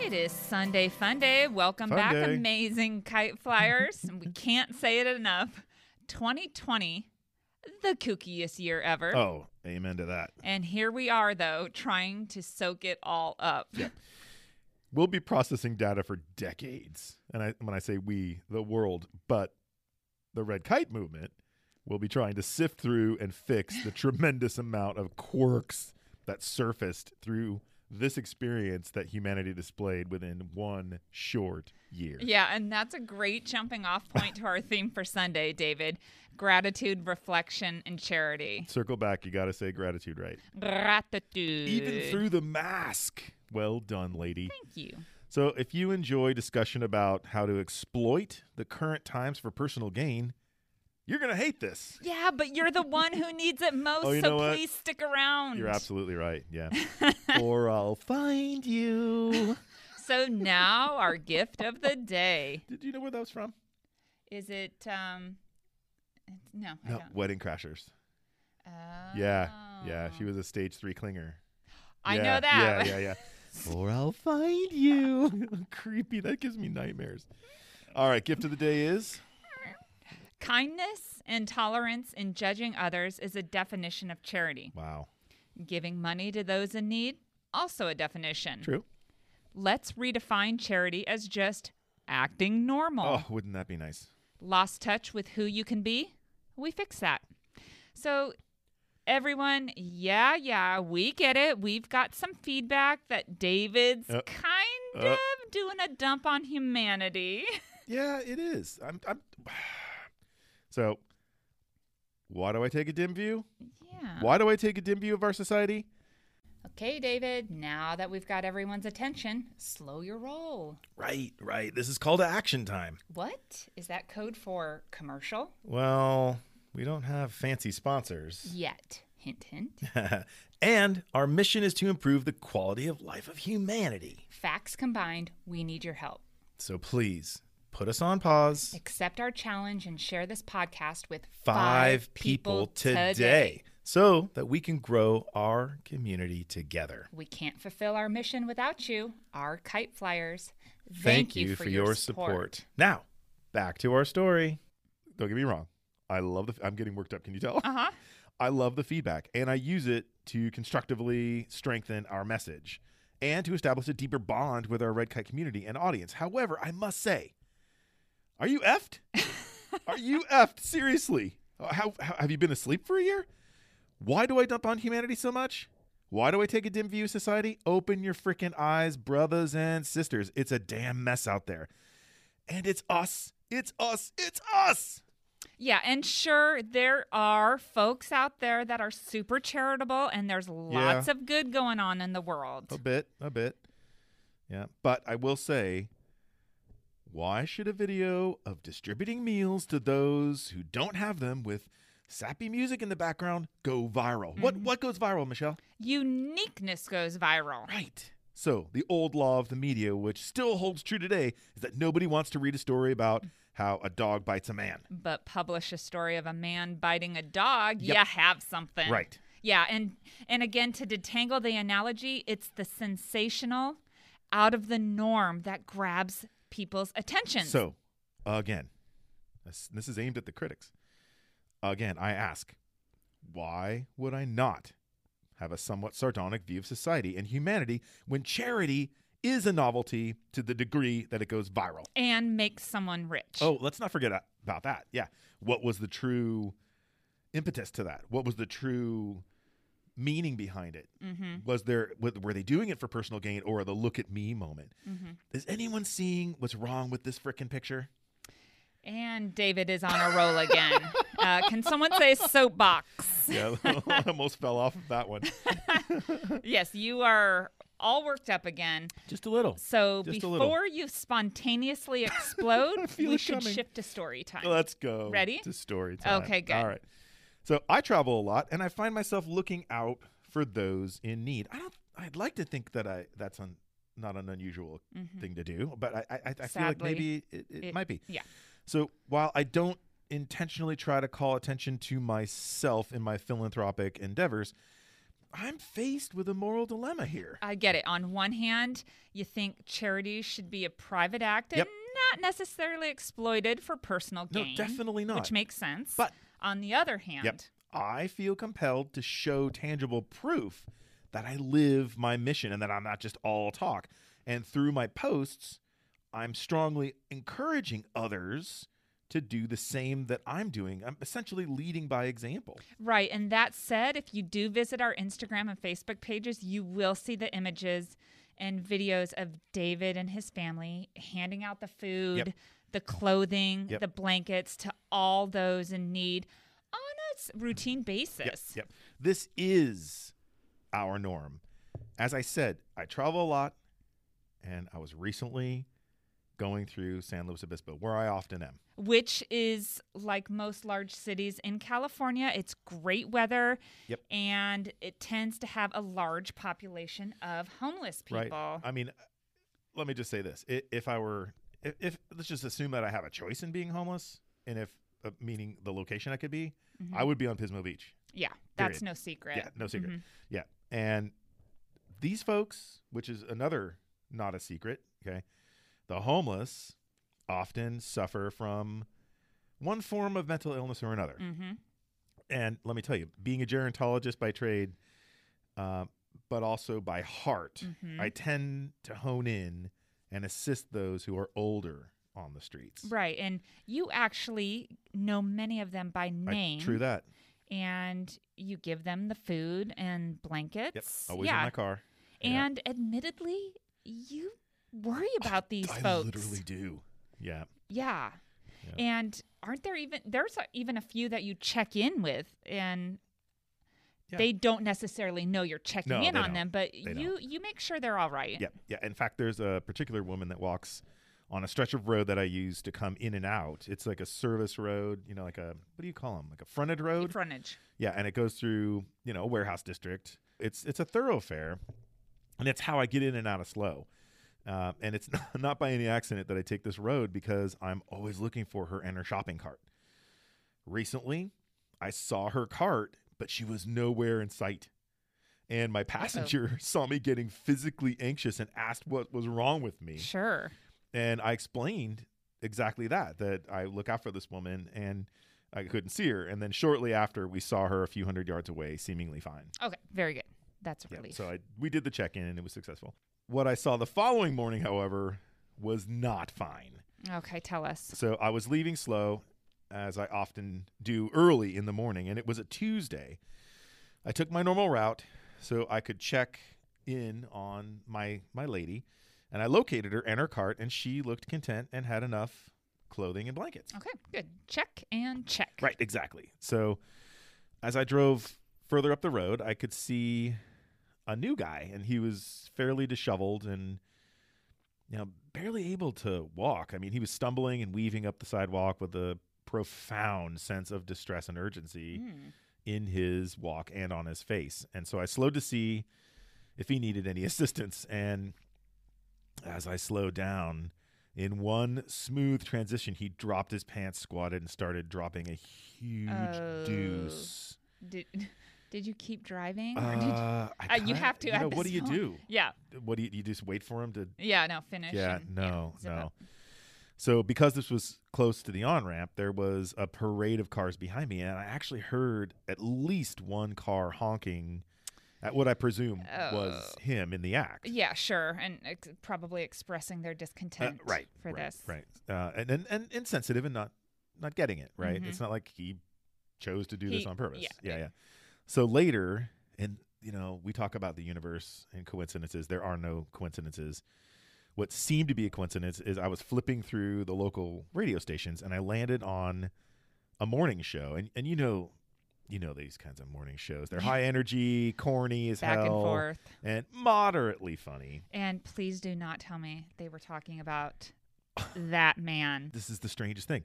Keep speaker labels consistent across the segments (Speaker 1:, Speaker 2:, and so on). Speaker 1: It is Sunday Fun Day. Welcome back,
Speaker 2: Fun day.
Speaker 1: amazing kite flyers. we can't say it enough. 2020, the kookiest year ever.
Speaker 2: Oh, amen to that.
Speaker 1: And here we are, though, trying to soak it all up.
Speaker 2: We'll be processing data for decades. And I, when I say we, the world, but the red kite movement will be trying to sift through and fix the tremendous amount of quirks that surfaced through this experience that humanity displayed within one short year.
Speaker 1: Yeah, and that's a great jumping off point to our theme for Sunday, David gratitude, reflection, and charity.
Speaker 2: Circle back, you got to say gratitude, right?
Speaker 1: Gratitude.
Speaker 2: Even through the mask. Well done, lady.
Speaker 1: Thank you.
Speaker 2: So, if you enjoy discussion about how to exploit the current times for personal gain, you're going to hate this.
Speaker 1: Yeah, but you're the one who needs it most,
Speaker 2: Oh, you
Speaker 1: so
Speaker 2: know what?
Speaker 1: please stick around.
Speaker 2: You're absolutely right. Yeah. or I'll find you.
Speaker 1: So now our gift of the day
Speaker 2: Did you know where that was from?
Speaker 1: is it um it's- no, I
Speaker 2: No,
Speaker 1: don't.
Speaker 2: Wedding Crashers.
Speaker 1: Oh.
Speaker 2: Yeah. Yeah. She was a stage three clinger.
Speaker 1: I
Speaker 2: Yeah,
Speaker 1: know that.
Speaker 2: Yeah, yeah, yeah. or I'll find you. Creepy. That gives me nightmares. All right. Gift of the day is
Speaker 1: Kindness and tolerance in judging others is a definition of charity.
Speaker 2: wow.
Speaker 1: Giving money to those in need also a definition.
Speaker 2: True.
Speaker 1: Let's redefine charity as just acting normal.
Speaker 2: Oh, wouldn't that be nice?
Speaker 1: lost touch with who you can be, we fix that. So, everyone, yeah, yeah, we get it. We've got some feedback that David's
Speaker 2: Uh,
Speaker 1: kind
Speaker 2: uh.
Speaker 1: of doing a dump on humanity.
Speaker 2: Yeah, it is. I'm. I'm so, why do I take a dim view?
Speaker 1: yeah.
Speaker 2: Why do I take a dim view of our society?
Speaker 1: Okay, David, now that we've got everyone's attention, slow your roll.
Speaker 2: Right, right. This is call to action time.
Speaker 1: What? Is that code for commercial?
Speaker 2: Well, we don't have fancy sponsors.
Speaker 1: Yet. Hint, hint.
Speaker 2: and our mission is to improve the quality of life of humanity.
Speaker 1: Facts combined, we need your help.
Speaker 2: So please put us on pause.
Speaker 1: Accept our challenge and share this podcast with
Speaker 2: Five, people today, so that we can grow our community together.
Speaker 1: We can't fulfill our mission without you, our kite flyers.
Speaker 2: Thank, you, for, your support. Now, back to our story. Don't get me wrong. I love the. I'm getting worked up. Can you tell?
Speaker 1: Uh huh.
Speaker 2: I love the feedback, and I use it to constructively strengthen our message and to establish a deeper bond with our Red Kite community and audience. However, I must say, are you effed? are you effed? Seriously? Uh, How, how have you been asleep for a year? Why do I dump on humanity so much? Why do I take a dim view of society? Open your freaking eyes, brothers and sisters. It's a damn mess out there. And it's us. It's us. It's us.
Speaker 1: Yeah, and sure, there are folks out there that are super charitable, and there's lots of good going on in the world.
Speaker 2: A bit, a bit. Yeah. But I will say, why should a video of distributing meals to those who don't have them with sappy music in the background go viral? What what goes viral, Michelle?
Speaker 1: Uniqueness goes viral.
Speaker 2: Right. So, the old law of the media, which still holds true today, is that nobody wants to read a story about how a dog bites a man.
Speaker 1: But publish a story of a man biting a dog,
Speaker 2: Yep.
Speaker 1: you have something.
Speaker 2: Right.
Speaker 1: Yeah, and and again to detangle the analogy, it's the sensational out of the norm that grabs people's attention.
Speaker 2: So, again, this, this is aimed at the critics. Again, I ask, why would I not have a somewhat sardonic view of society and humanity when charity is a novelty to the degree that it goes viral?
Speaker 1: and makes someone rich.
Speaker 2: Oh, let's not forget a- about that. Yeah. What was the true impetus to that? What was the true meaning behind it?
Speaker 1: Mm-hmm.
Speaker 2: Was there wa- were they doing it for personal gain or the look at me moment?
Speaker 1: Mhm.
Speaker 2: Is anyone seeing what's wrong with this frickin' picture?
Speaker 1: And David is on a roll again. uh, can someone say soapbox?
Speaker 2: Yeah, I almost fell off of that one.
Speaker 1: Yes, you are all worked up again.
Speaker 2: Just a little.
Speaker 1: So
Speaker 2: Just a little.
Speaker 1: before you spontaneously explode,
Speaker 2: feel
Speaker 1: we
Speaker 2: it
Speaker 1: should
Speaker 2: coming.
Speaker 1: shift to story time.
Speaker 2: Let's go.
Speaker 1: Ready?
Speaker 2: To story time.
Speaker 1: Okay, good.
Speaker 2: All right. So I travel a lot, and I find myself looking out for those in need. I don't. I'd like to think that I that's un, not an unusual
Speaker 1: Mhm.
Speaker 2: thing to do, but I I, I- I feel like
Speaker 1: Sadly,
Speaker 2: maybe it, it,
Speaker 1: it-
Speaker 2: might be.
Speaker 1: yeah.
Speaker 2: So while I don't intentionally try to call attention to myself in my philanthropic endeavors, I'm faced with a moral dilemma here.
Speaker 1: I get it. On one hand, you think charity should be a private act and
Speaker 2: Yep.
Speaker 1: not necessarily exploited for personal
Speaker 2: No,
Speaker 1: gain.
Speaker 2: definitely not.
Speaker 1: Which makes sense.
Speaker 2: But-
Speaker 1: on the other hand,
Speaker 2: Yep. I feel compelled to show tangible proof that I live my mission and that I'm not just all talk. And through my posts, I'm strongly encouraging others to do the same that I'm doing. I'm essentially leading by example.
Speaker 1: Right. And that said, if you do visit our Instagram and Facebook pages, you will see the images and videos of David and his family handing out the food, the clothing,
Speaker 2: Yep.
Speaker 1: the blankets to all those in need on a s- routine basis.
Speaker 2: Yep. This is our norm. As I said, I travel a lot, and I was recently going through San Luis Obispo, where I often am.
Speaker 1: Which is like most large cities in California, it's great weather
Speaker 2: Yep.
Speaker 1: and it tends to have a large population of homeless people.
Speaker 2: Right. I mean, let me just say this: I- if I were, if, if let's just assume that I have a choice in being homeless, and if uh, meaning the location I could be, I would be on Pismo Beach.
Speaker 1: Mm-hmm. Yeah, that's
Speaker 2: Period.
Speaker 1: no secret.
Speaker 2: Yeah, no secret. Yeah, and these folks, which is another not a secret. Okay, the homeless often suffer from one form of mental illness or another.
Speaker 1: hmm
Speaker 2: And let me tell you, being a gerontologist by trade, uh, but also by heart,
Speaker 1: Mhm.
Speaker 2: I tend to hone in and assist those who are older on the streets.
Speaker 1: Right. And you actually know many of them by
Speaker 2: I-
Speaker 1: name.
Speaker 2: true that.
Speaker 1: And you give them the food and blankets.
Speaker 2: Always
Speaker 1: yeah.
Speaker 2: in my car. Yeah.
Speaker 1: And admittedly, you worry about these
Speaker 2: I
Speaker 1: folks.
Speaker 2: literally do. Yeah.
Speaker 1: Yeah.
Speaker 2: Yeah.
Speaker 1: And aren't there even there's a, even a few that you check in with and
Speaker 2: Yeah.
Speaker 1: they don't necessarily know you're checking
Speaker 2: No,
Speaker 1: in
Speaker 2: they
Speaker 1: on
Speaker 2: don't.
Speaker 1: them, but
Speaker 2: don't.
Speaker 1: you you make sure they're all right.
Speaker 2: Yeah. Yeah. In fact, there's a particular woman that walks on a stretch of road that I use to come in and out. It's like a service road, you know, like a, what do you call them? Like a fronted
Speaker 1: The
Speaker 2: road?
Speaker 1: Frontage.
Speaker 2: Yeah, and it goes through you know a warehouse district. It's it's a thoroughfare, and that's how I get in and out of slow. Uh, and it's not, not by any accident that I take this road because I'm always looking for her and her shopping cart. Recently, I saw her cart, but she was nowhere in sight. And my passenger saw me getting physically anxious and asked what was wrong with me.
Speaker 1: Sure.
Speaker 2: And I explained exactly that that I look out for this woman and I couldn't see her. And then shortly after, we saw her a few hundred yards away, seemingly fine.
Speaker 1: Okay, very good. That's a
Speaker 2: Yeah,
Speaker 1: relief.
Speaker 2: so I, we did the check in and it was successful. What I saw the following morning, however, was not fine.
Speaker 1: okay, tell us.
Speaker 2: So I was leaving slow, as I often do early in the morning, and it was a Tuesday. I took my normal route so I could check in on my my lady, and I located her and her cart, and she looked content and had enough clothing and blankets.
Speaker 1: Okay, good. Check and check.
Speaker 2: Right, exactly. So as I drove further up the road, I could see a new guy, and he was fairly disheveled and you know barely able to walk. I mean, he was stumbling and weaving up the sidewalk with a profound sense of distress and urgency
Speaker 1: Mm.
Speaker 2: in his walk and on his face. And so I slowed to see if he needed any assistance. And as I slowed down, in one smooth transition, he dropped his pants, squatted, and started dropping a huge
Speaker 1: Oh.
Speaker 2: deuce.
Speaker 1: Did did you keep driving? or did you-
Speaker 2: Uh, I
Speaker 1: Uh, you
Speaker 2: kinda-
Speaker 1: have to
Speaker 2: You
Speaker 1: at
Speaker 2: know,
Speaker 1: this
Speaker 2: what do you
Speaker 1: point.
Speaker 2: do?
Speaker 1: yeah,
Speaker 2: What do you, you just wait for him to?
Speaker 1: yeah. No, finish.
Speaker 2: Yeah,
Speaker 1: and-
Speaker 2: no,
Speaker 1: zip
Speaker 2: no.
Speaker 1: up.
Speaker 2: So because this was close to the on ramp, there was a parade of cars behind me, and I actually heard at least one car honking at what I presume was
Speaker 1: Oh.
Speaker 2: him in the act.
Speaker 1: Yeah, sure, and ex- probably expressing their
Speaker 2: Uh,
Speaker 1: discontent.
Speaker 2: right
Speaker 1: for
Speaker 2: right,
Speaker 1: this.
Speaker 2: Right. Uh, and, and and insensitive and not not getting it. Right.
Speaker 1: Mhm.
Speaker 2: It's not like he chose to do this
Speaker 1: He-
Speaker 2: on purpose.
Speaker 1: yeah.
Speaker 2: yeah. Yeah. So later, and you know, we talk about the universe and coincidences. There are no coincidences. What seemed to be a coincidence is I was flipping through the local radio stations and I landed on a morning show. And and you know, you know these kinds of morning shows. They're high energy, corny as
Speaker 1: Back
Speaker 2: hell,
Speaker 1: and forth.
Speaker 2: and moderately funny.
Speaker 1: And please do not tell me they were talking about that man.
Speaker 2: this is the strangest thing.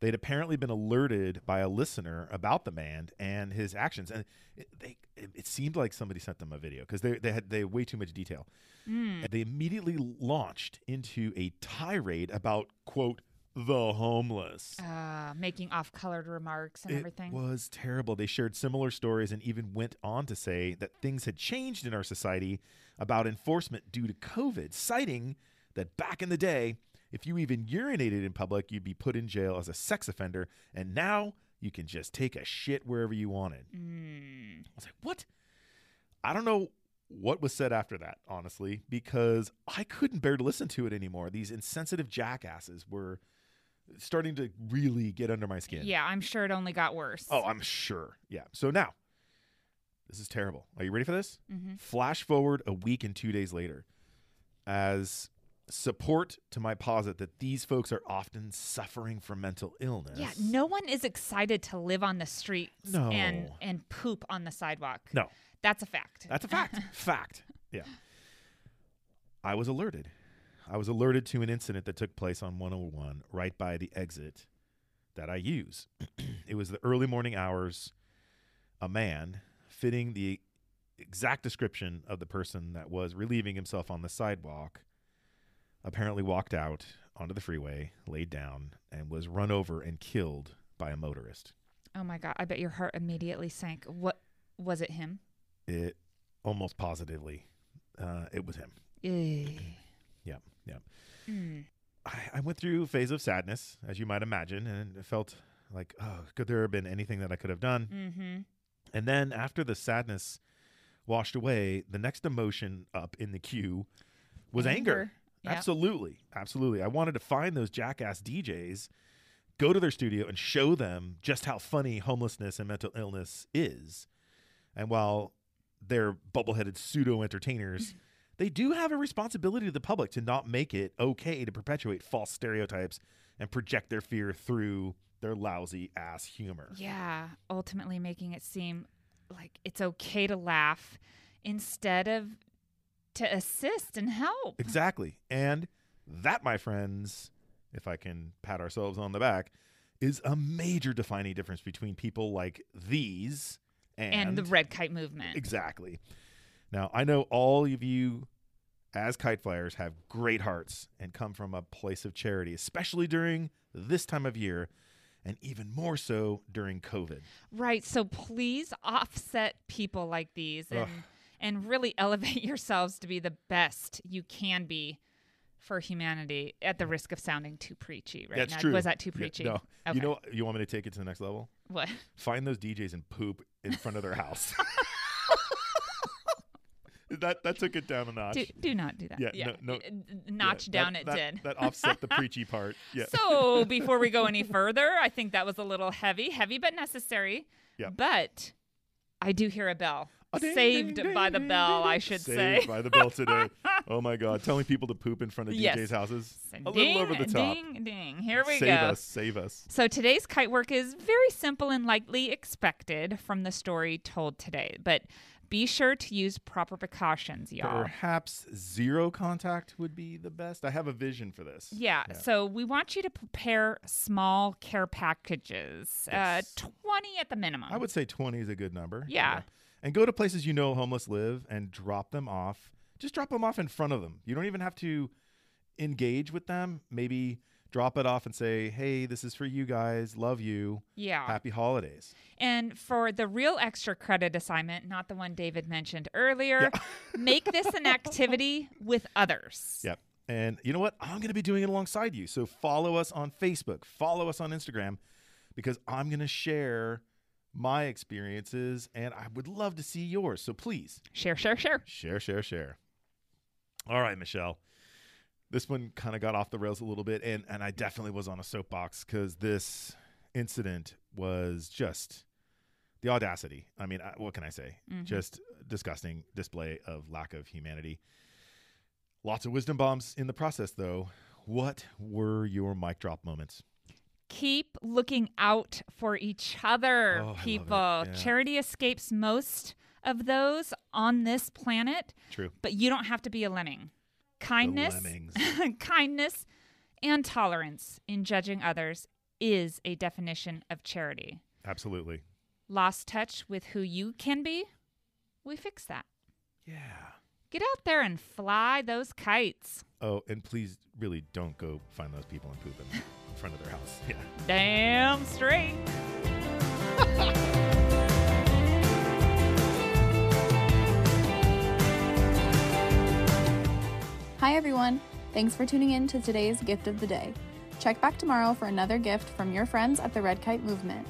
Speaker 2: They'd apparently been alerted by a listener about the man and his actions, and it, they it, it seemed like somebody sent them a video because they they had they had way too much detail.
Speaker 1: Mm.
Speaker 2: And they immediately launched into a tirade about quote the homeless.
Speaker 1: uh, making off-colored remarks and
Speaker 2: it
Speaker 1: everything.
Speaker 2: was terrible. They shared similar stories and even went on to say that things had changed in our society about enforcement due to COVID, citing that back in the day, if you even urinated in public, you'd be put in jail as a sex offender, and now you can just take a shit wherever you wanted.
Speaker 1: Mm.
Speaker 2: I was like, what? I don't know what was said after that, honestly, because I couldn't bear to listen to it anymore. These insensitive jackasses were starting to really get under my skin.
Speaker 1: Yeah, I'm sure it only got worse.
Speaker 2: Oh, I'm sure. Yeah. So now, this is terrible. Are you ready for this?
Speaker 1: Mhm.
Speaker 2: Flash forward a week and two days later as support to my posit that these folks are often suffering from mental illness.
Speaker 1: Yeah, no one is excited to live on the streets and
Speaker 2: No.
Speaker 1: and poop on the sidewalk.
Speaker 2: No.
Speaker 1: That's a fact.
Speaker 2: That's a fact. fact. Yeah. I was alerted. I was alerted to an incident that took place on 101 right by the exit that I use. it was the early morning hours. A man fitting the exact description of the person that was relieving himself on the sidewalk apparently walked out onto the freeway, laid down, and was run over and killed by a motorist.
Speaker 1: oh my god, I bet your heart immediately sank. What was it him?
Speaker 2: It almost positively, uh, it was him.
Speaker 1: Ew.
Speaker 2: Yep, yep.
Speaker 1: Mm.
Speaker 2: I, I went through a phase of sadness, as you might imagine, and it felt like, oh, could there have been anything that I could have done?
Speaker 1: Mm-hmm.
Speaker 2: And then after the sadness washed away, the next emotion up in the queue was anger.
Speaker 1: Yeah.
Speaker 2: Absolutely. Absolutely. I wanted to find those jackass DJs, go to their studio and show them just how funny homelessness and mental illness is. And while they're bubble-headed pseudo entertainers, they do have a responsibility to the public to not make it okay to perpetuate false stereotypes and project their fear through their lousy ass humor.
Speaker 1: Yeah, ultimately making it seem like it's okay to laugh instead of to assist and help.
Speaker 2: Exactly. And that, my friends, if I can pat ourselves on the back, is a major defining difference between people like these and,
Speaker 1: And, the red kite movement.
Speaker 2: Exactly. Now, I know all of you as kite flyers have great hearts and come from a place of charity, especially during this time of year and even more so during COVID.
Speaker 1: Right. So please offset people like these and
Speaker 2: Ugh.
Speaker 1: and really elevate yourselves to be the best you can be for humanity at the risk of sounding too preachy right
Speaker 2: That's
Speaker 1: now.
Speaker 2: true.
Speaker 1: Was that too
Speaker 2: Yeah,
Speaker 1: preachy?
Speaker 2: no.
Speaker 1: Okay.
Speaker 2: You know you want me to take it to the next level?
Speaker 1: what?
Speaker 2: find those DJs and poop in front of their house. that that took it down a notch.
Speaker 1: Do, do not do that.
Speaker 2: Yeah, no- no-
Speaker 1: Uh, Notch
Speaker 2: Yeah,
Speaker 1: down
Speaker 2: that-
Speaker 1: it
Speaker 2: that-
Speaker 1: did.
Speaker 2: That offset the preachy part. Yeah.
Speaker 1: So before we go any further, I think that was a little heavy, heavy but necessary.
Speaker 2: Yeah.
Speaker 1: But I do hear a bell.
Speaker 2: Ah, ding,
Speaker 1: Saved
Speaker 2: ding,
Speaker 1: by
Speaker 2: ding,
Speaker 1: the
Speaker 2: ding,
Speaker 1: bell,
Speaker 2: ding,
Speaker 1: I
Speaker 2: ding.
Speaker 1: should
Speaker 2: Saved
Speaker 1: say.
Speaker 2: by the bell today. Oh my god, telling people to poop in front of
Speaker 1: Yes.
Speaker 2: DJs' houses.
Speaker 1: So
Speaker 2: A
Speaker 1: ding,
Speaker 2: little over the top.
Speaker 1: Ding, ding. Here we
Speaker 2: save
Speaker 1: go.
Speaker 2: us, save us.
Speaker 1: So today's kite work is very simple and likely expected from the story told today, but be sure to use proper precautions, y'all.
Speaker 2: Perhaps zero contact would be the best. I have a vision for this.
Speaker 1: Yeah,
Speaker 2: Yeah.
Speaker 1: so we want you to prepare small care packages, uh,
Speaker 2: Yes.
Speaker 1: 20 at the minimum.
Speaker 2: I would say 20 is a good number.
Speaker 1: Yeah.
Speaker 2: And go to places you know homeless live and drop them off. Just drop them off in front of them. You don't even have to engage with them. Maybe drop it off and say, hey, this is for you guys. Love you.
Speaker 1: yeah.
Speaker 2: Happy holidays.
Speaker 1: And for the real extra credit assignment, not the one David mentioned earlier, make this an activity with others.
Speaker 2: Yep. And you know what? I'm going to be doing it alongside you. So follow us on Facebook, follow us on Instagram, because I'm going to share my experiences and I would love to see yours. So please
Speaker 1: Share, share, share.
Speaker 2: Share, share, share. All right, Michelle. This one kind of got off the rails a little bit, and and I definitely was on a soapbox because this incident was just the audacity. I mean, I, what can I say?
Speaker 1: Mhm.
Speaker 2: Just disgusting display of lack of humanity. Lots of wisdom bombs in the process, though. What were your mic drop moments?
Speaker 1: keep looking out for each other,
Speaker 2: Oh, I love it.
Speaker 1: people.
Speaker 2: Yeah.
Speaker 1: Charity escapes most of those on this planet,
Speaker 2: True.
Speaker 1: but you don't have to be a lemming. Kindness,
Speaker 2: lemmings.
Speaker 1: kindness, and tolerance in judging others is a definition of charity.
Speaker 2: Absolutely.
Speaker 1: Lost touch with who you can be? We fix that.
Speaker 2: Yeah.
Speaker 1: Get out there and fly those kites.
Speaker 2: Oh, and please, really, don't go find those people and poop them. in front of their house. Yeah.
Speaker 1: Damn straight.
Speaker 3: Hi, everyone. Thanks for tuning in to today's gift of the day. Check back tomorrow for another gift from your friends at the Red Kite Movement.